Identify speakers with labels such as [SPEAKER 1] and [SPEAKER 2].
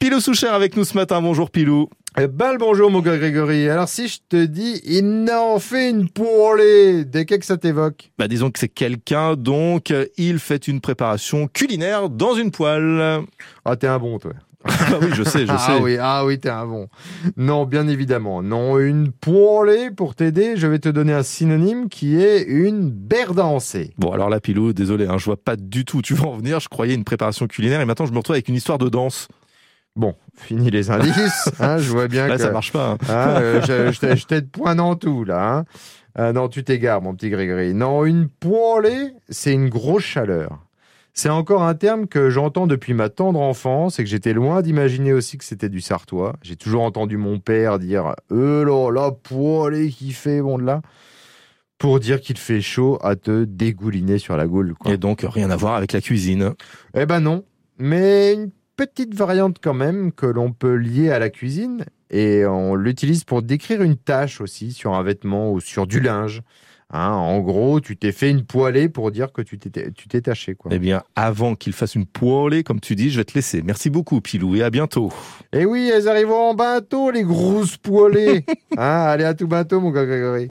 [SPEAKER 1] Pilou Souchère avec nous ce matin. Bonjour Pilou.
[SPEAKER 2] Eh ben le bonjour mon gars Grégory. Alors si je te dis, il en fait une pour les... Dès que ça t'évoque
[SPEAKER 1] Bah disons que c'est quelqu'un donc euh, il fait une préparation culinaire dans une poêle.
[SPEAKER 2] Ah t'es un bon toi.
[SPEAKER 1] Ah oui, je sais, je
[SPEAKER 2] Ah
[SPEAKER 1] sais.
[SPEAKER 2] oui, ah oui, t'es un bon. Non, bien évidemment. Non, une pour les... Pour t'aider, je vais te donner un synonyme qui est une berdancée.
[SPEAKER 1] Bon alors là Pilou, désolé, hein, je vois pas du tout où tu vas en venir. Je croyais une préparation culinaire et maintenant je me retrouve avec une histoire de danse.
[SPEAKER 2] Bon, fini les indices. hein, je vois bien
[SPEAKER 1] Là
[SPEAKER 2] que...
[SPEAKER 1] ça marche pas. hein.
[SPEAKER 2] Hein, euh, je je t'ai- je t'aide point en tout, là. hein. Ah non, tu t'égares, mon petit Grégory. Non, une poêlée, c'est une grosse chaleur. C'est encore un terme que j'entends depuis ma tendre enfance et que j'étais loin d'imaginer aussi que c'était du sartois. J'ai toujours entendu mon père dire « Euh là, la poêlée qui fait, bon de là !» pour dire qu'il fait chaud à te dégouliner sur la goule. Quoi.
[SPEAKER 1] Et donc rien à voir avec la cuisine.
[SPEAKER 2] Eh ben non, mais une petite variante quand même que l'on peut lier à la cuisine et on l'utilise pour décrire une tâche aussi sur un vêtement ou sur du linge. Hein, en gros, tu t'es fait une poêlée pour dire que tu t'étais- tu t'es taché. Quoi.
[SPEAKER 1] Eh bien, avant qu'il fasse une poêlée, comme tu dis, je vais te laisser. Merci beaucoup, Pilou, et à bientôt.
[SPEAKER 2] Eh Et oui, elles arriveront en bateau, les grosses poêlées. hein, allez, à tout bientôt, mon gars Grégory.